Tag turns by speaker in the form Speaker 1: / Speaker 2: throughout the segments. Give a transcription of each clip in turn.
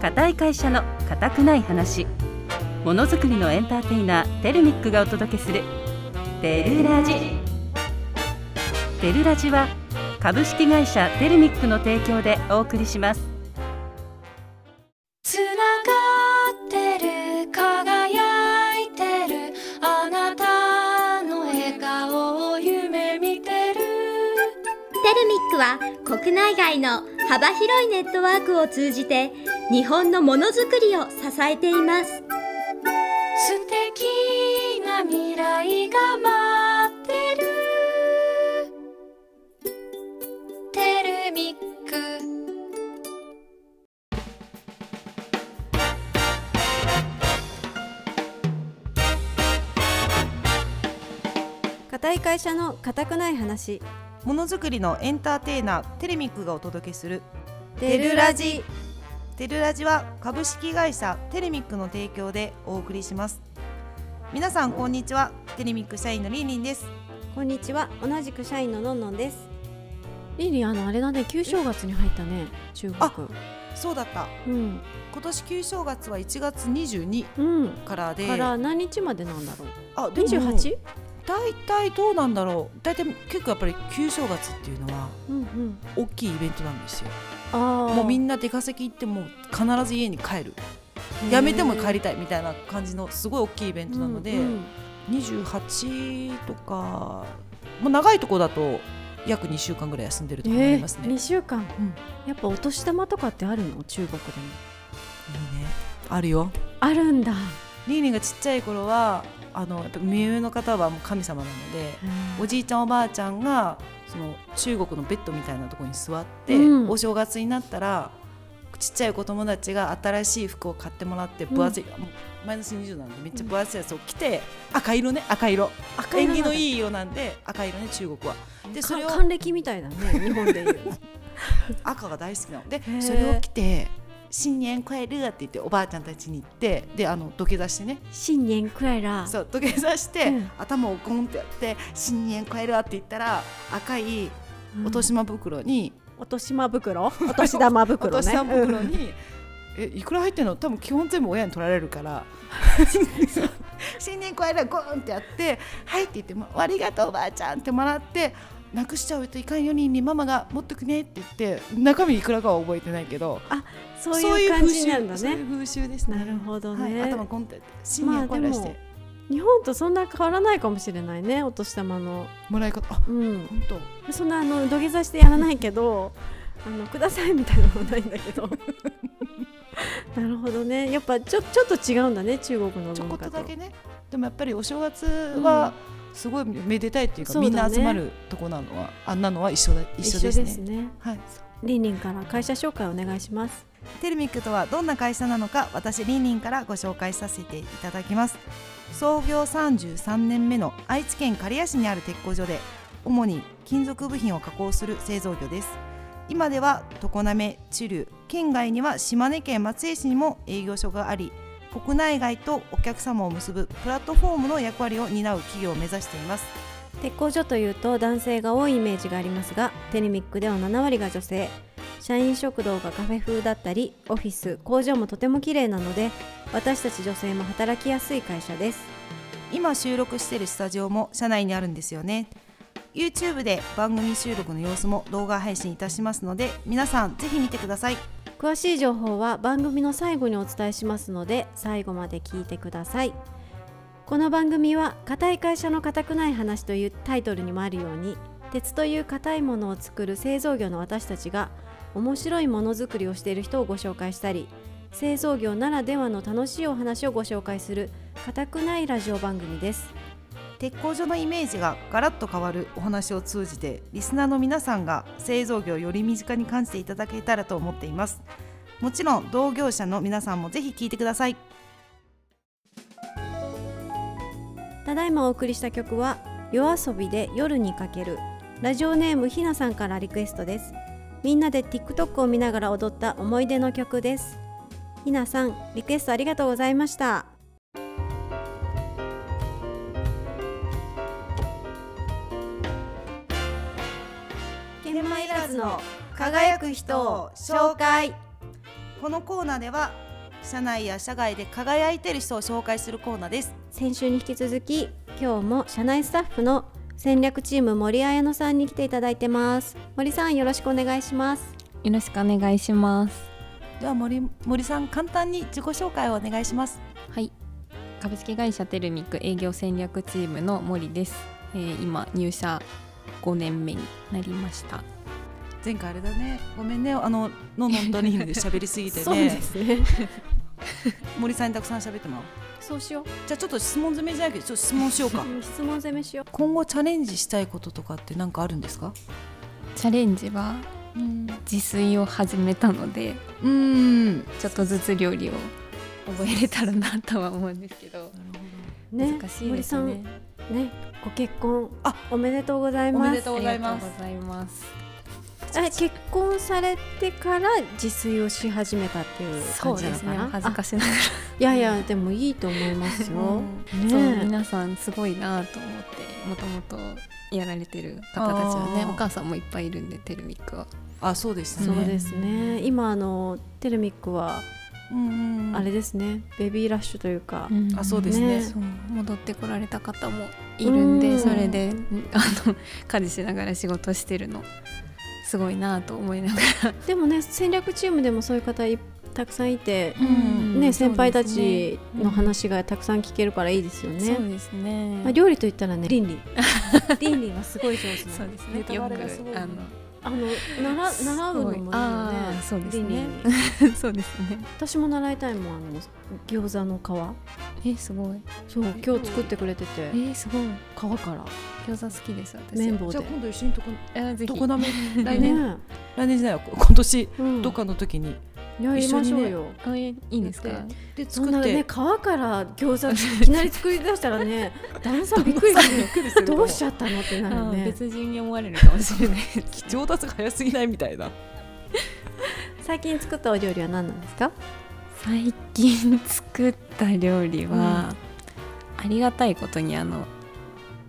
Speaker 1: 固い会社の固くない話ものづくりのエンターテイナーテルミックがお届けする「テルラジ」テルラジは株式会社テルミックの提供でお送りします
Speaker 2: つながってる輝いてるあなたの笑顔を夢見てる
Speaker 3: テルミックは国内外の幅広いネットワークを通じて日本のものづくりを支えています
Speaker 2: 素敵な未来が待ってるテルミック
Speaker 4: 固い会社の固くない話
Speaker 5: ものづくりのエンターテイナーテレミックがお届けする
Speaker 4: テルラジ
Speaker 5: テルラジは株式会社テレミックの提供でお送りします皆さんこんにちはテレミック社員のりんりんです
Speaker 4: こんにちは同じく社員ののんのんです
Speaker 6: リンリンあのあれだね旧正月に入ったね中国
Speaker 5: そうだった
Speaker 6: うん
Speaker 5: 今年旧正月は1月22
Speaker 6: うん
Speaker 5: からで
Speaker 6: から何日までなんだろう
Speaker 5: あでも
Speaker 6: 28
Speaker 5: 大体どうなんだろう大体結構やっぱり旧正月っていうのは
Speaker 6: うんうん
Speaker 5: 大きいイベントなんですよ
Speaker 6: あ
Speaker 5: もうみ
Speaker 6: なん
Speaker 5: な出稼ぎ行ってもう必ず家に帰るやめても帰りたいみたいな感じのすごい大きいイベントなので、28とか、まあ、長いとこだと約2週間ぐらい休んでると思
Speaker 6: え
Speaker 5: い
Speaker 6: ー、
Speaker 5: ますね。いい
Speaker 6: 2
Speaker 5: ね
Speaker 6: 週間、
Speaker 5: ん
Speaker 6: やっぱお年玉とかってあるの中国でも
Speaker 5: あるよ。
Speaker 6: あるんだ、
Speaker 5: リーリンがちっちゃい頃はあのやっぱ目上の方はもう神様なのでおじいちゃんおばあちゃんがその中国のベッドみたいなところに座って、
Speaker 6: うん
Speaker 5: お正月になったらちっちゃい子友達が新しい服を買ってもらって分厚い、もうマイナス20なんでめっちゃ分厚いやつを着て、赤色ね赤色
Speaker 6: 赤
Speaker 5: 縁起の
Speaker 6: い
Speaker 5: いい色なんで赤色ね中国は。でそれを
Speaker 6: 還暦みたいだね 日本でいう
Speaker 5: 赤が大好きなので
Speaker 6: ー
Speaker 5: それを着て「新年帰る」って言っておばあちゃんたちに行ってであの土下座してね
Speaker 6: 新年クエラ
Speaker 5: そう土下座して、
Speaker 6: うん
Speaker 5: 頭をゴンってやって「新年帰る」って言ったら赤いお年玉袋に、
Speaker 4: お年玉袋お年玉
Speaker 5: お
Speaker 4: 袋ね
Speaker 5: 年玉袋に、えいくら入ってんの多分基本全部親に取られる から。新年帰るゴンってやって「はい」って言っても「ありがとうおばあちゃん」ってもらって。なくしちゃうといかんようにママが持ってくねって言って中身いくらかは覚えてないけど
Speaker 6: そういう感じなんだ
Speaker 5: そうい
Speaker 6: ね
Speaker 5: う風習ですね。
Speaker 6: なるほどね
Speaker 5: はい、頭コンって深夜声出し
Speaker 6: ま
Speaker 5: て
Speaker 6: あで日本とそんな変わらないかもしれないねお年玉の
Speaker 5: もらい方。あ、
Speaker 6: うん
Speaker 5: 本当。
Speaker 6: そんなあの土下座してやらないけどあのくださいみたいなのはないんだけど なるほどねやっぱちょちょっと違うんだね中国の
Speaker 5: ちょこ
Speaker 6: 文
Speaker 5: っと
Speaker 6: 化
Speaker 5: だ
Speaker 6: と
Speaker 5: けね。でもやっぱりお正月はすごいめでたいっていうか、
Speaker 6: そうだ
Speaker 5: み
Speaker 6: ね
Speaker 5: んな集まるとこなのはあんなのは一緒だ一緒ですね。
Speaker 6: ね
Speaker 5: はい。
Speaker 6: りんりんから会社紹介お願いします
Speaker 5: テルミックとはどんな会社なのか私リンリンからご紹介させていただきます創業33年目の愛知県刈谷市にある鉄工所で主に金属部品を加工する製造業です今では常滑、知流、県外には島根県松江市にも営業所があり国内外とお客様を結ぶプラットフォームの役割を担う企業を目指しています
Speaker 4: 鉄工所というと男性が多いイメージがありますがテレミックでは7割が女性社員食堂がカフェ風だったりオフィス工場もとても綺麗なので私たち女性も働きやすい会社です
Speaker 5: 今収録しているスタジオも社内にあるんですよね YouTube で番組収録の様子も動画配信いたしますので皆さんぜひ見てください
Speaker 4: 詳しい情報は番組の最後にお伝えしますので最後まで聞いてくださいこの番組は「固い会社の固くない話」というタイトルにもあるように鉄という固いものを作る製造業の私たちが面白いものづくりをしている人をご紹介したり製造業ならではの楽しいお話をご紹介する固くないラジオ番組です
Speaker 5: 鉄工所のイメージがガラッと変わるお話を通じてリスナーの皆さんが製造業をより身近に感じていただけたらと思っていますもちろん同業者の皆さんもぜひ聞いてください
Speaker 4: ただいまお送りした曲は夜遊びで夜にかけるラジオネームひなさんからリクエストですみんなで TikTok を見ながら踊った思い出の曲ですひなさんリクエストありがとうございました研磨いらずの輝く人を紹介
Speaker 5: このコーナーでは社内や社外で輝いてる人を紹介するコーナーです
Speaker 4: 先週に引き続き今日も社内スタッフの戦略チーム森彩乃さんに来ていただいてます森さんよろしくお願いします
Speaker 7: よろしくお願いします
Speaker 5: では森森さん簡単に自己紹介をお願いします
Speaker 7: はい株式会社テルミック営業戦略チームの森です、えー今入社5年目になりました
Speaker 5: 前回あれだねごめんねあののんのんドリームで喋りすぎ て
Speaker 6: そうで
Speaker 5: ね
Speaker 6: すね。
Speaker 5: 森さんにたくさん喋ってもらおう
Speaker 6: そうしよ
Speaker 5: じゃあちょっと質問攻めじゃないけどちょっと質問しようか
Speaker 6: う。質問攻めしよ
Speaker 5: 今後チャレンジしたいこととかって何かあるんですか
Speaker 7: チャレンジは
Speaker 5: うん
Speaker 7: 自炊を始めたので
Speaker 5: うん
Speaker 7: ちょっとずつ料理を覚えれたらなとは思うんですけど
Speaker 6: う。ね、
Speaker 7: 難しいです
Speaker 6: 森さ
Speaker 7: ね
Speaker 6: んね、ご結婚
Speaker 5: あ
Speaker 6: おめでとうございます。
Speaker 5: おめでとうございます
Speaker 7: ありがとうございます
Speaker 6: え結婚されてから自炊をし始めたっていう
Speaker 7: そ
Speaker 6: 感
Speaker 7: う
Speaker 6: じな
Speaker 7: で
Speaker 6: の
Speaker 7: す
Speaker 6: か
Speaker 7: ね
Speaker 6: な。
Speaker 7: 恥ずかしながら
Speaker 6: あいやいやでもいいと思いますよ。
Speaker 7: そう
Speaker 6: ね
Speaker 7: 皆さんすごいなと思ってもともとやられてる方たちはね
Speaker 5: あー
Speaker 7: お母さんもいっぱいいるんでテルミックは
Speaker 5: あそうでし
Speaker 6: え、
Speaker 5: た
Speaker 6: そう
Speaker 5: ね
Speaker 6: ですね。今あのテルミックは
Speaker 5: うんうん
Speaker 6: あれですね、ベビーラッシュというか。
Speaker 5: あそうですね
Speaker 6: ね
Speaker 7: そう戻ってこられた方もいるん
Speaker 6: う
Speaker 7: で
Speaker 6: ん
Speaker 7: それでうんあの家事しながら仕事してるのすごいなと思いながら
Speaker 6: でもね戦略チームでもそういう方いたくさんいて、
Speaker 5: ん
Speaker 6: ね
Speaker 7: そうです
Speaker 6: 先輩たちの話がたくさん聞けるからいいですよね。
Speaker 7: そうですね
Speaker 6: まあ、料理といったらね倫理倫理がすごい上手
Speaker 7: そうです
Speaker 5: ネ
Speaker 7: ね
Speaker 5: タ
Speaker 7: よ
Speaker 5: バ
Speaker 7: く
Speaker 5: レがすごい
Speaker 7: あ
Speaker 6: あの習
Speaker 7: すごい
Speaker 6: 習うのもいいよね
Speaker 7: あーそうですね
Speaker 6: 倫理に
Speaker 7: の そうですね
Speaker 6: 私も習いたいもんあの餃子の皮
Speaker 7: えすごい
Speaker 6: そう今日作ってくれてて
Speaker 7: えすごい
Speaker 6: 皮から
Speaker 7: 餃子好きです私
Speaker 6: 綿棒
Speaker 5: じ
Speaker 6: で
Speaker 5: ゃあ今度一緒にとこ
Speaker 7: あぜひ
Speaker 5: どこなめ来 年
Speaker 6: ね
Speaker 5: 来年じゃないわこ今年
Speaker 6: うん
Speaker 5: どっかの時に
Speaker 6: やりましょうよ
Speaker 7: あいいんですか
Speaker 6: だっ
Speaker 5: で
Speaker 6: そん
Speaker 5: 作
Speaker 6: な
Speaker 5: っ
Speaker 6: ね
Speaker 5: て
Speaker 6: 皮から餃子いきなり作り出したらね旦那さんびっくりするよ
Speaker 5: くりすると
Speaker 6: ど
Speaker 5: 思
Speaker 6: うしちゃったのってなるよ
Speaker 7: あ
Speaker 6: ね
Speaker 7: 別人に思われるかもしれないです
Speaker 5: 上達が早すぎないみたいな
Speaker 6: 最近作ったお料理は何なんですか
Speaker 7: 最近作った料理は、ありがたいことにあの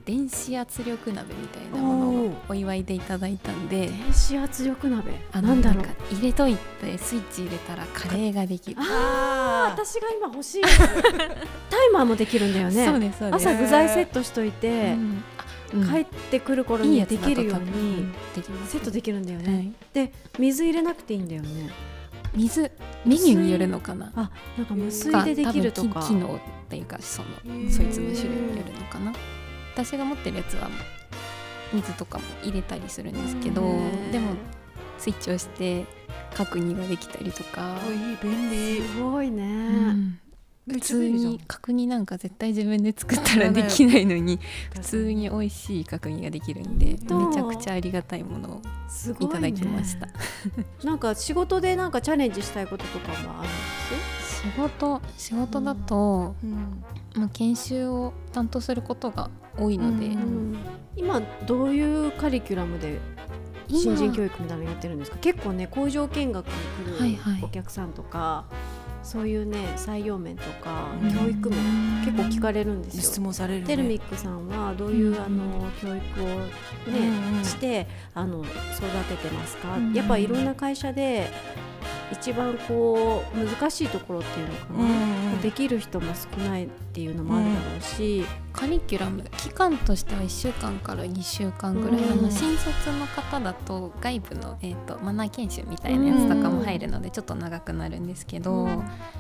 Speaker 7: 電子圧力鍋みたいなものをお祝いでいただいたんで
Speaker 6: 電子圧力鍋
Speaker 7: あの
Speaker 6: なんだろう
Speaker 7: か入れといてスイッチ入れたらカレーができる
Speaker 5: あ
Speaker 6: 私が今欲 しいやつタイマーもできるんだよね
Speaker 7: そうですそうです
Speaker 6: 朝具材セットしといて、
Speaker 7: うん
Speaker 6: 帰ってくる頃
Speaker 7: いい
Speaker 6: に
Speaker 7: や
Speaker 6: は
Speaker 7: つだ
Speaker 6: で
Speaker 7: と
Speaker 6: きるよう
Speaker 7: 多分
Speaker 6: に
Speaker 7: んできます
Speaker 6: セットできるんだよね、
Speaker 7: はい
Speaker 6: で水入れなくていいんだよね
Speaker 7: 水メニューによるのかな
Speaker 6: あなんか無水でできるとか
Speaker 7: 多分機機能っていうかそのそいつの種類によるのかな私が持ってるやつは水とかも入れたりするんですけど
Speaker 6: へー
Speaker 7: でもスイッチをして確認ができたりとか、
Speaker 5: いい便利
Speaker 6: すごいね、
Speaker 7: うん普
Speaker 5: 普
Speaker 7: 通に角煮なんか絶対自分で作ったらできないのに
Speaker 5: 普
Speaker 7: 普通に美味しい角煮ができるんでめち
Speaker 6: 当
Speaker 7: ゃくちゃありがたいものを
Speaker 6: すごい
Speaker 7: い
Speaker 6: ね
Speaker 7: ただきました、
Speaker 6: なんか仕事でなんかチャレンジしたいこととかもあるんで
Speaker 7: 仕事仕事だと、まあ、研修を担当することが多いので、
Speaker 5: うん
Speaker 6: す、今どういうカリキュラムで
Speaker 7: 今
Speaker 6: 新人教育みたいなのやってるんですか結構ね工場見学に
Speaker 7: はい
Speaker 6: 来
Speaker 7: はい
Speaker 6: るお客さんとか、そういうね採用面とか
Speaker 5: うん
Speaker 6: 教育面、結構聞かれるんですよ
Speaker 5: 質問されるね
Speaker 6: テルミックさんはどういう、
Speaker 7: うん
Speaker 6: あの教育をね、
Speaker 5: うんうん
Speaker 6: してあの育ててますか、
Speaker 7: うん
Speaker 6: やっぱいろんな会社で一番こう難しいところっていうのか
Speaker 5: うんう
Speaker 6: な、
Speaker 5: ん
Speaker 6: できる人も少ないっていうのもあるだろうし、
Speaker 7: カリキュラム期間としては1週間から2週間ぐらい、
Speaker 6: うん
Speaker 7: あの新卒の方だと外部の、えー、とマナー研修みたいなやつとかも入るのでちょっと長くなるんですけど、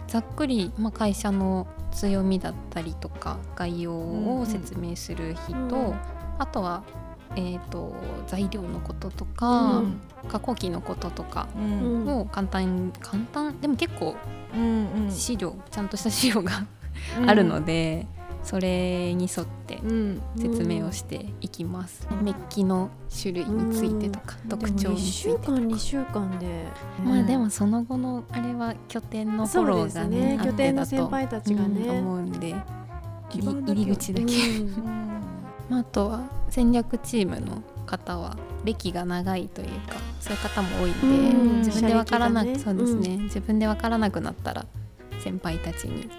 Speaker 7: ざっくり、まあ、会社の強みだったりとか概要を説明する日と、
Speaker 6: うん
Speaker 7: あとは、えー、と材料のことと
Speaker 6: う
Speaker 7: か、
Speaker 6: ん
Speaker 7: 加工機のこととか
Speaker 5: う
Speaker 6: うんん
Speaker 7: もう簡単簡単でも結構
Speaker 5: うんうん
Speaker 7: 資料、ちゃんとした資料があるので、それに沿って
Speaker 5: うん
Speaker 7: 説明をしていきます、メッキの種類についてとか、特
Speaker 6: で
Speaker 7: 徴
Speaker 6: も
Speaker 7: に
Speaker 6: 1
Speaker 7: つい
Speaker 6: 週
Speaker 7: てとか
Speaker 6: 間2週間で
Speaker 7: まあでもその後のあれは拠点のフォロ
Speaker 6: そうで
Speaker 7: ー
Speaker 6: す
Speaker 7: がね
Speaker 6: ね拠点の先
Speaker 7: あっ
Speaker 6: 輩た
Speaker 7: て
Speaker 6: ち
Speaker 7: だ
Speaker 6: が
Speaker 7: と、
Speaker 6: ね、
Speaker 7: うん思うんで
Speaker 5: 基
Speaker 7: 入
Speaker 5: 盤だけ
Speaker 7: り
Speaker 5: を
Speaker 7: 入り口だけ、
Speaker 6: うん
Speaker 7: まあ、あとは戦略チームの方は歴が長いというかそういう方も多いんで、
Speaker 5: うん
Speaker 7: 自分でわからなく、
Speaker 6: 車
Speaker 7: そう
Speaker 6: 力がね
Speaker 7: ですね、自分でわからなくなったら先輩たちに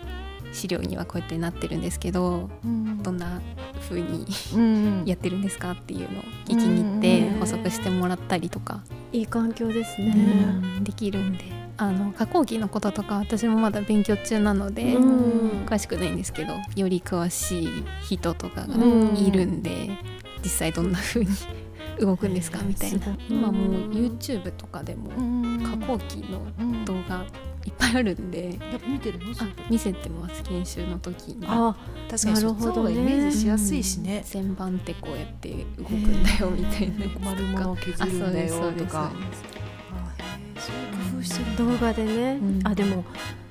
Speaker 7: 資料にはこうやってなってるんですけど
Speaker 5: うん
Speaker 7: どんな風に
Speaker 5: うん
Speaker 7: やってるんですかっていうのを聞きに行って
Speaker 6: うん
Speaker 7: 補足してもらったりとか、
Speaker 6: いい環境ですね、
Speaker 7: うんできるんであの加工機のこととか私もまだ勉強中なので、
Speaker 6: うん
Speaker 7: 詳しくないんですけどより詳しい人とかが
Speaker 6: うん
Speaker 7: いるんで、実際どんな風に動くんですかみたいな今もう YouTube とかでも加工機の
Speaker 5: うん
Speaker 7: 動画いっぱいあるんで
Speaker 5: やっぱ見てるの
Speaker 7: あ見せてます研修の時に。
Speaker 6: あ
Speaker 5: 確かにそっちの方がイメージしやすいしね
Speaker 7: 旋盤ってこうやって動くんだよみたいなやつとか
Speaker 5: 丸物を削
Speaker 7: あ
Speaker 5: る
Speaker 7: そうん
Speaker 5: だ
Speaker 7: ですそ
Speaker 5: よ
Speaker 7: う
Speaker 5: と
Speaker 7: です
Speaker 5: か
Speaker 7: そうです
Speaker 5: あへえそういう工夫してるんだ
Speaker 6: 動画でね、
Speaker 7: うん
Speaker 6: あでも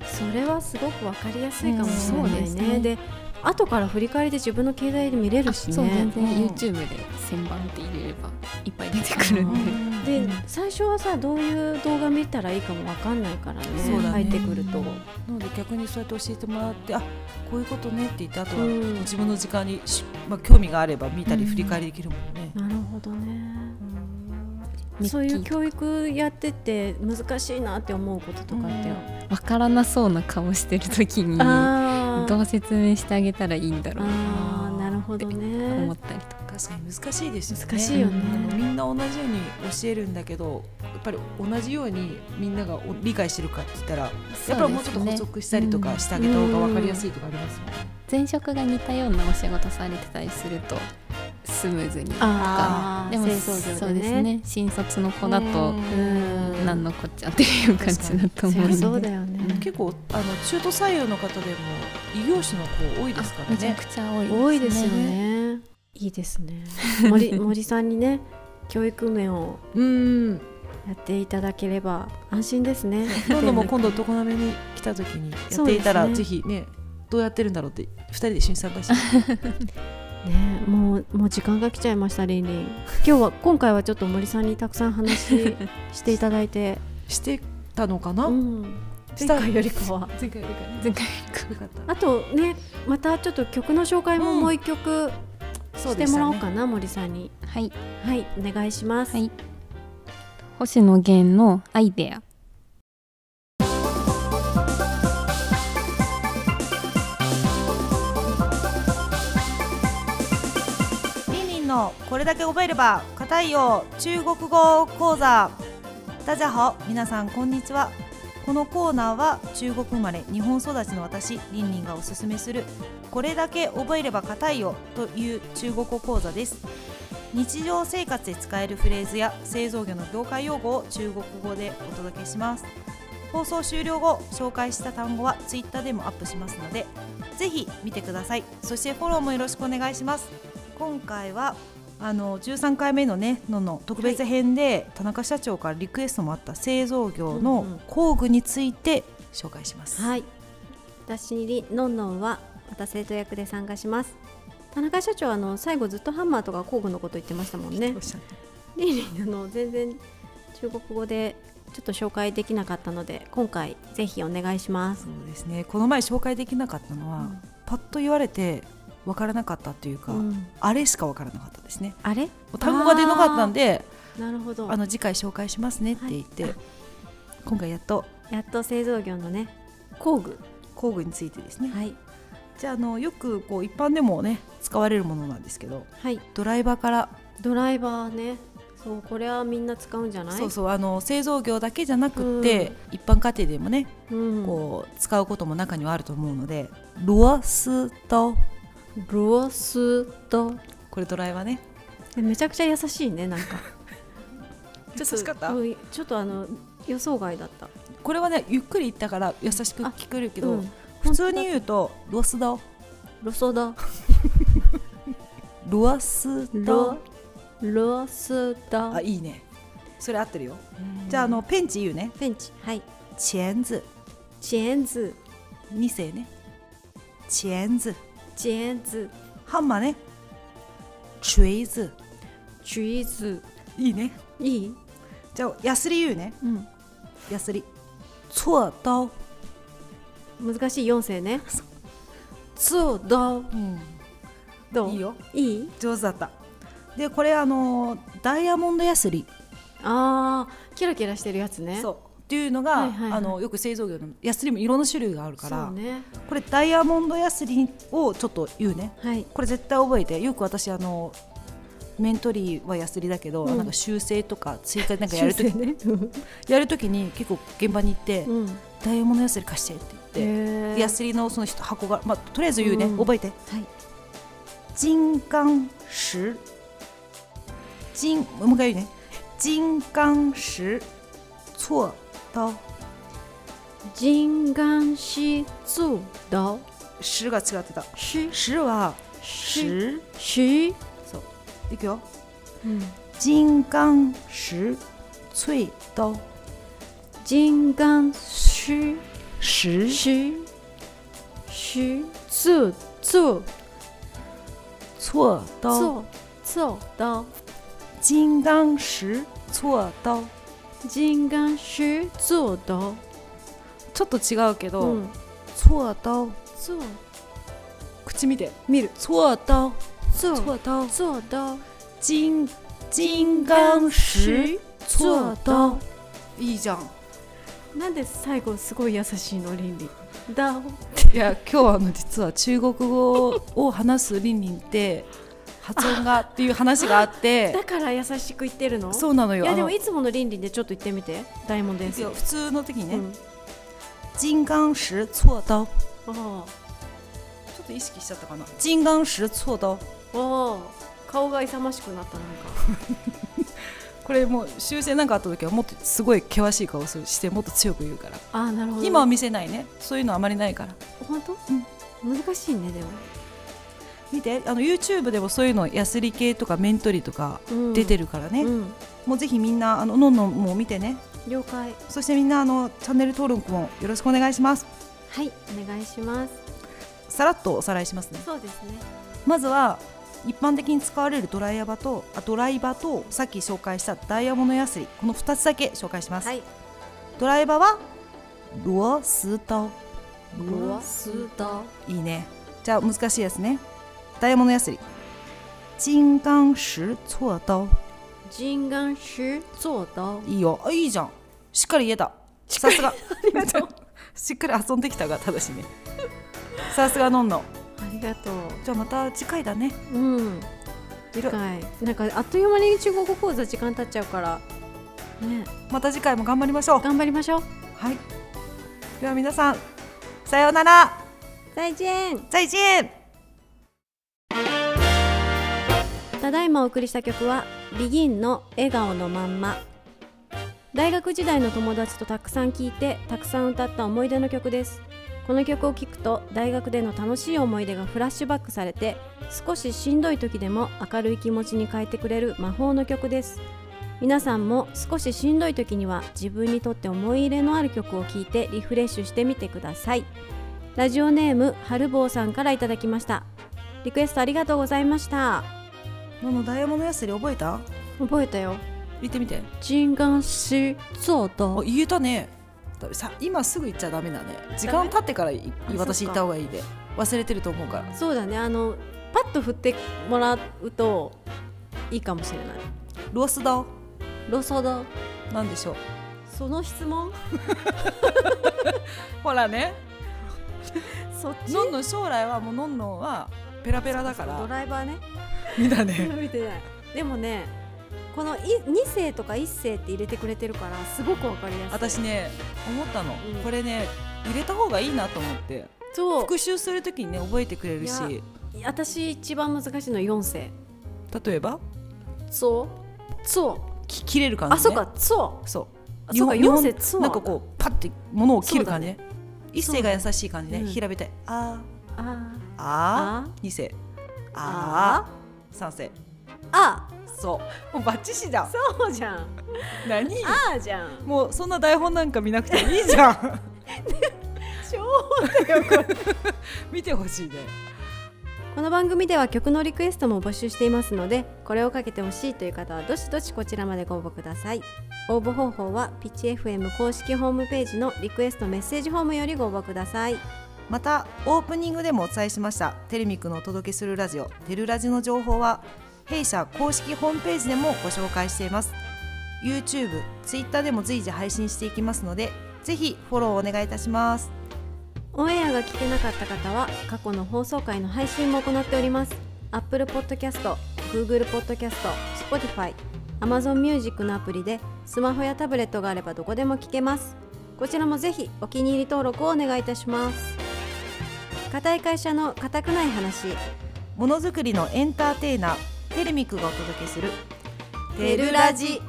Speaker 6: それはすごくわかりやすいかもしれないね,、
Speaker 7: うんそうですね
Speaker 6: で後から振り返りで自分の携帯で見れるし
Speaker 7: そう全
Speaker 6: ね
Speaker 7: 然
Speaker 5: うん
Speaker 7: YouTube で旋盤って入れればいっぱい出てくるんで、
Speaker 6: で、最初はさどういう動画見たらいいかもわかんないからね
Speaker 5: そうだね
Speaker 6: 入ってくると、
Speaker 5: なので逆にそうやって教えてもらってあこういうことねって言ってあとは
Speaker 6: うん
Speaker 5: 自分の時間にし、まあ、興味があれば見たり
Speaker 7: うん
Speaker 5: 振り返りできるもんね。
Speaker 6: なるほどね
Speaker 7: ミッキー
Speaker 6: そういう教育やってて難しいなって思うこととかって、
Speaker 7: わからなそうな顔してる時に
Speaker 6: あ
Speaker 7: どう説明してあげたらいいんだろう
Speaker 6: あーなるほど
Speaker 7: と思
Speaker 6: ね
Speaker 7: ったりとか、
Speaker 5: 確かに難しいですよね。
Speaker 6: 難しいよね
Speaker 5: あのみんな同じように教えるんだけどやっぱり同じようにみんながお理解してるかって言ったら、やっぱりもうちょっと補足したりとかしてあげた方が分かりやすいとかありますよね。
Speaker 7: 前職が似たようなお仕事されてたりするとスムーズに
Speaker 6: あー
Speaker 7: でも
Speaker 6: 清掃業でね
Speaker 7: そうですね新卒の子だと
Speaker 6: うん
Speaker 7: 何のこっちゃっていう感じだと
Speaker 6: そ
Speaker 7: 思
Speaker 6: り
Speaker 7: う
Speaker 6: ゃそ
Speaker 7: の
Speaker 6: う
Speaker 7: で
Speaker 6: だよね、
Speaker 5: 結構あの中途採用の方でも異業種の子多いですから
Speaker 7: めちゃ
Speaker 5: ね。
Speaker 7: くちゃ多い
Speaker 6: 多いで
Speaker 7: ですね
Speaker 6: すよね。いいですね。森森さんにね、教育面を
Speaker 5: うん。
Speaker 6: やっていただければ安心です ね。
Speaker 5: 今度も今度常滑に来た時にやっていたら、
Speaker 6: そうです
Speaker 5: ぜ
Speaker 6: ね
Speaker 5: ひねどうやってるんだろうって二人で一緒に参加して
Speaker 6: ね、もうもう時間が来ちゃいましたリンリン。今 日は今回はちょっと森さんにたくさん話していただいて、
Speaker 5: してたのかな、
Speaker 6: うん、
Speaker 5: し
Speaker 6: 前
Speaker 5: た
Speaker 6: 回よりかは。
Speaker 5: 前回よりかね
Speaker 7: 前回
Speaker 5: よかった
Speaker 6: あとね、またちょっと曲の紹介も
Speaker 5: うん
Speaker 6: もう一曲
Speaker 5: そう
Speaker 6: し
Speaker 5: で
Speaker 6: て
Speaker 5: したね
Speaker 6: もらおうかな、森さんに。
Speaker 7: はい
Speaker 6: はい、お願いします。
Speaker 7: はい星野源のアイデア
Speaker 5: リンリンのこれだけ覚えれば硬いよ中国語講座ダジャハオ皆さんこんにちはこのコーナーは中国生まれ日本育ちの私リンリンがおすすめするこれだけ覚えれば硬いよという中国語講座です日常生活で使えるフレーズや製造業の業界用語を中国語でお届けします放送終了後紹介した単語はツイッターでもアップしますのでぜひ見てくださいそしてフォローもよろしくお願いします今回はあの13回目のねのの特別編で、田中社長からリクエストもあった製造業
Speaker 6: うんう
Speaker 5: の
Speaker 6: ん
Speaker 5: 工具について紹介します。
Speaker 6: はい。私にのんのんはまた生徒役で参加します。田中社長はあの最後ずっとハンマーとか工具のこと言ってましたもんね
Speaker 5: おっ。しゃって
Speaker 6: リンリンあの全然中国語でちょっと紹介できなかったので今回ぜひお願いします
Speaker 5: そ。うですねこの前紹介できなかったのは、
Speaker 6: うん
Speaker 5: パッと言われて分からなかったというか、
Speaker 6: うん
Speaker 5: あれしか分からなかったですね
Speaker 6: あれ？
Speaker 5: 単語が出なかったんで
Speaker 6: なるほど
Speaker 5: あ。の次回紹介しますねって言って、今回やっと
Speaker 6: やっと製造業のね工具
Speaker 5: 工具についてですね、
Speaker 6: はい
Speaker 5: じゃああのよくこう一般でもね使われるものなんですけど
Speaker 6: はい
Speaker 5: ドライバーから、
Speaker 6: ドライバーねそうこれはみんな使うんじゃない？
Speaker 5: そうそうあの製造業だけじゃなくって、一般家庭でもね
Speaker 6: うん。
Speaker 5: こう使うことも中にはあると思うのでロアスと
Speaker 6: ロスと
Speaker 5: これドライバーね
Speaker 6: めちゃくちゃ優しいねなんか。
Speaker 5: ちょっとしかった
Speaker 6: うんちょっとあの予想外だった
Speaker 5: これはねゆっくり言ったから優しく聞くるけど、
Speaker 6: うん
Speaker 5: 普通に言うとロスだ
Speaker 6: ロソダ
Speaker 5: ロアス
Speaker 6: ロ
Speaker 5: と
Speaker 6: ロスダ
Speaker 5: あいいねそれ合ってるよじゃああのペンチ言うね
Speaker 6: ペンチはい
Speaker 5: チェーンズ
Speaker 6: チェーンズ
Speaker 5: 2世ねチェーンズ
Speaker 6: チェーンズ
Speaker 5: ハンマーね锤子
Speaker 6: チュイズ
Speaker 5: いいね
Speaker 6: いい
Speaker 5: じゃあヤスリ言うね
Speaker 6: うん
Speaker 5: ヤスリ锉刀
Speaker 6: 難しい四 世ねツーダウどう
Speaker 5: いいよ
Speaker 6: いい
Speaker 5: 上手だったでこれあのーダイヤモンドヤスリ
Speaker 6: あーキラキラしてるやつね
Speaker 5: そうっていうのが、
Speaker 6: はいはいはい
Speaker 5: あのよく製造業のヤスリもいろんな種類があるから、
Speaker 6: そうね
Speaker 5: これダイヤモンドヤスリをちょっと言うね
Speaker 6: はい
Speaker 5: これ絶対覚えてよく私あの面取りはやすりだけど、
Speaker 6: うん
Speaker 5: なんか修正とか追加なんかや
Speaker 6: 修
Speaker 5: ると
Speaker 6: 正
Speaker 5: き、
Speaker 6: ね。
Speaker 5: やるときに結構現場に行って、
Speaker 6: うん。
Speaker 5: ダイヤモンドやすり貸してって言って、
Speaker 6: え
Speaker 5: やすりのその人箱がまあとりあえず言うね、
Speaker 6: うん
Speaker 5: 覚えて。
Speaker 6: はい。
Speaker 5: 金剛石。金もう一回言うね。金剛石。锉刀。
Speaker 6: 人眼しつだ
Speaker 5: 石が違ってた。
Speaker 6: し
Speaker 5: 石は石。
Speaker 6: し。
Speaker 5: そう。いくよ。
Speaker 6: うん。
Speaker 5: 金剛石。翠刀。
Speaker 6: 人眼し
Speaker 5: 石。
Speaker 6: ししつつ
Speaker 5: 锉刀。
Speaker 6: つつだ。
Speaker 5: 金刚石。锉刀。
Speaker 6: 人眼しつだ。
Speaker 5: ちょっと違うけ
Speaker 6: う
Speaker 5: ど。
Speaker 6: ん。
Speaker 5: 锉刀。
Speaker 6: つ
Speaker 5: 口見て。
Speaker 6: 見る。
Speaker 5: 锉刀。
Speaker 6: つ
Speaker 5: 锉刀。
Speaker 6: つだ。
Speaker 5: 金。金剛石。锉刀。いいじゃん。
Speaker 6: なんで最後すごい優しいの倫理。だ。
Speaker 5: いや今日はあの実は中国語を話すリンリンって発音がっていう話があって
Speaker 6: だから優しく言ってるの。
Speaker 5: そうなのよ
Speaker 6: いやでも
Speaker 5: あの
Speaker 6: いつもの倫理でちょっと言ってみて。大問です。
Speaker 5: 普通の時に
Speaker 6: う
Speaker 5: ね
Speaker 6: ん。
Speaker 5: 「金剛石锉刀」ちょ
Speaker 6: あ
Speaker 5: っと意識しちゃったかな「金剛石锉刀
Speaker 6: あ、ああ、顔が勇ましくなったなんか。」
Speaker 5: これもう修正なんかあった時はもっとすごい険しい顔するしてもっと強く言うから
Speaker 6: ああ、なるほど。
Speaker 5: 今は見せないねそういうのあまりないから
Speaker 6: 本当？難しいねでも。
Speaker 5: 見てあの YouTube でもそういうのヤスリ系とか面取りとか
Speaker 6: うん
Speaker 5: 出てるからね、
Speaker 6: うん。
Speaker 5: もうぜひみんなあののんのんも見てね
Speaker 6: 了解。
Speaker 5: そしてみんなあのチャンネル登録もよろしくお願いします
Speaker 6: はい、お願いします。
Speaker 5: さらっとおさらいしますね
Speaker 6: そうですね。
Speaker 5: まずは一般的に使われるドライヤーとあドライバーとさっき紹介したダイヤモンドヤスリこの2つだけ紹介します、
Speaker 6: はい。
Speaker 5: ドライバーはロアス刀
Speaker 6: ロアスだ。
Speaker 5: いいねじゃあ難しいですねダイヤモンドヤスリ金剛石锉刀
Speaker 6: 人眼石做刀。
Speaker 5: いいよあいいじゃんしっかり言えたさすがありがとう しっかり遊んできたがただしねさすがのんの
Speaker 6: ありがと
Speaker 5: じゃあまた次回だね
Speaker 6: う。うん。
Speaker 5: いろ
Speaker 6: はい。なんかあっという間に中国語講座時間経っちゃうから。ね、
Speaker 5: また次回も頑張りましょう
Speaker 6: 頑張りましょう。
Speaker 5: はい。では皆さん、さようなら。
Speaker 6: 再见。
Speaker 5: 再见。
Speaker 4: ただいまお送りした曲は「ビギンの笑顔のまんま大学時代の友達とたくさん聴いてたくさん歌った思い出の曲ですこの曲を聴くと大学での楽しい思い出がフラッシュバックされて少ししんどい時でも明るい気持ちに変えてくれる魔法の曲です皆さんも少ししんどい時には自分にとって思い入れのある曲を聴いてリフレッシュしてみてくださいラジオネームはるぼうさんからいただきましたリクエストありがとうございました
Speaker 5: ののダイヤモンドヤスリ覚えた？
Speaker 6: 覚えたよ。
Speaker 5: 言ってみて。
Speaker 6: 人眼石做
Speaker 5: あ、
Speaker 6: 刀。
Speaker 5: 言えたね。ださ、今すぐ行っちゃダメだね。時間経ってからい
Speaker 6: あ
Speaker 5: 私
Speaker 6: そ
Speaker 5: 行
Speaker 6: っか
Speaker 5: った方がいいで。忘れてると思うから。
Speaker 6: そうだね。あのパッと振ってもらうといいかもしれない。
Speaker 5: ロースだ。
Speaker 6: ロソド。
Speaker 5: なんでしょう。
Speaker 6: その質問？
Speaker 5: ほらね。
Speaker 6: そっ
Speaker 5: のんのん将来はもうのんのんはペラペラだか
Speaker 6: ド
Speaker 5: ら。
Speaker 6: ライバーね。
Speaker 5: 見たね。
Speaker 6: 見てない。でもね、このい二世とか一世って入れてくれてるからすごくわかりやすい。
Speaker 5: 私ね、思ったの
Speaker 6: うん。
Speaker 5: これね、入れた方がいいなと思って。
Speaker 6: そう
Speaker 5: 復習するときにね、覚えてくれる
Speaker 6: い
Speaker 5: し。
Speaker 6: 私一番難しいの四世。
Speaker 5: 例えば、
Speaker 6: そうそう。
Speaker 5: き切れる感じね。
Speaker 6: あ、そうか。そう。
Speaker 5: そう。
Speaker 6: あそうか
Speaker 5: 日本
Speaker 6: 四世そう。
Speaker 5: なんかこうパッて物を切る感じね一
Speaker 6: そう
Speaker 5: 世
Speaker 6: だ
Speaker 5: が
Speaker 6: ね
Speaker 5: 優しい感じね、
Speaker 6: うん
Speaker 5: 平べたいあ
Speaker 6: あ
Speaker 5: ーあ
Speaker 6: あ
Speaker 5: ー二世あー三世
Speaker 6: あ。
Speaker 5: そうもうバッチシじゃん
Speaker 6: そうじゃん。
Speaker 5: 何
Speaker 6: ああじゃん。
Speaker 5: もうそんな台本なんか見なくていいじゃん
Speaker 6: 超
Speaker 5: 見てほしいね
Speaker 4: この番組では曲のリクエストも募集していますのでこれをかけてほしいという方はどしどしこちらまでご応募ください応募方法はピッチ FM 公式ホームページのリクエストメッセージフォームよりご応募ください
Speaker 5: またオープニングでもお伝えしましたテルミックのお届けするラジオテルラジの情報は弊社公式ホームページでもご紹介しています YouTube、Twitter でも随時配信していきますのでぜひフォローお願いいたします
Speaker 4: オンエアが聞けなかった方は過去の放送回の配信も行っております Apple Podcast、
Speaker 6: Google Podcast、Spotify、Amazon Music のアプリでスマホやタブレットがあればどこでも聞けますこちらもぜひお気に入り登録をお願いいたします固い会社の固くない話
Speaker 4: ものづくりのエンターテイナーテルミクがお届けする
Speaker 6: テルラジ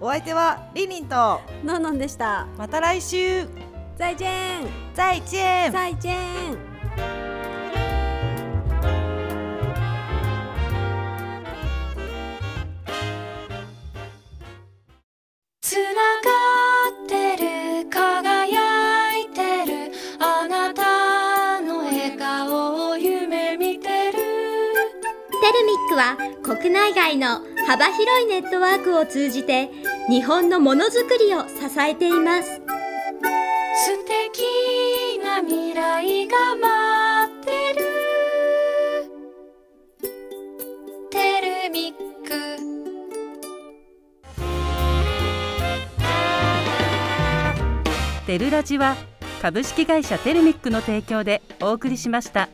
Speaker 4: お相手はリリンと
Speaker 6: のんのんでした
Speaker 4: また来週
Speaker 6: 再见
Speaker 4: 再见
Speaker 6: 再见
Speaker 2: つながってる輝いてるあなたの笑顔を夢見てる
Speaker 3: テルミックは国内外の幅広いネットワークを通じて日本のものづくりを支えています
Speaker 2: 素敵な未来が待ってるテルミック
Speaker 1: テルラジは株式会社テルミックの提供でお送りしました。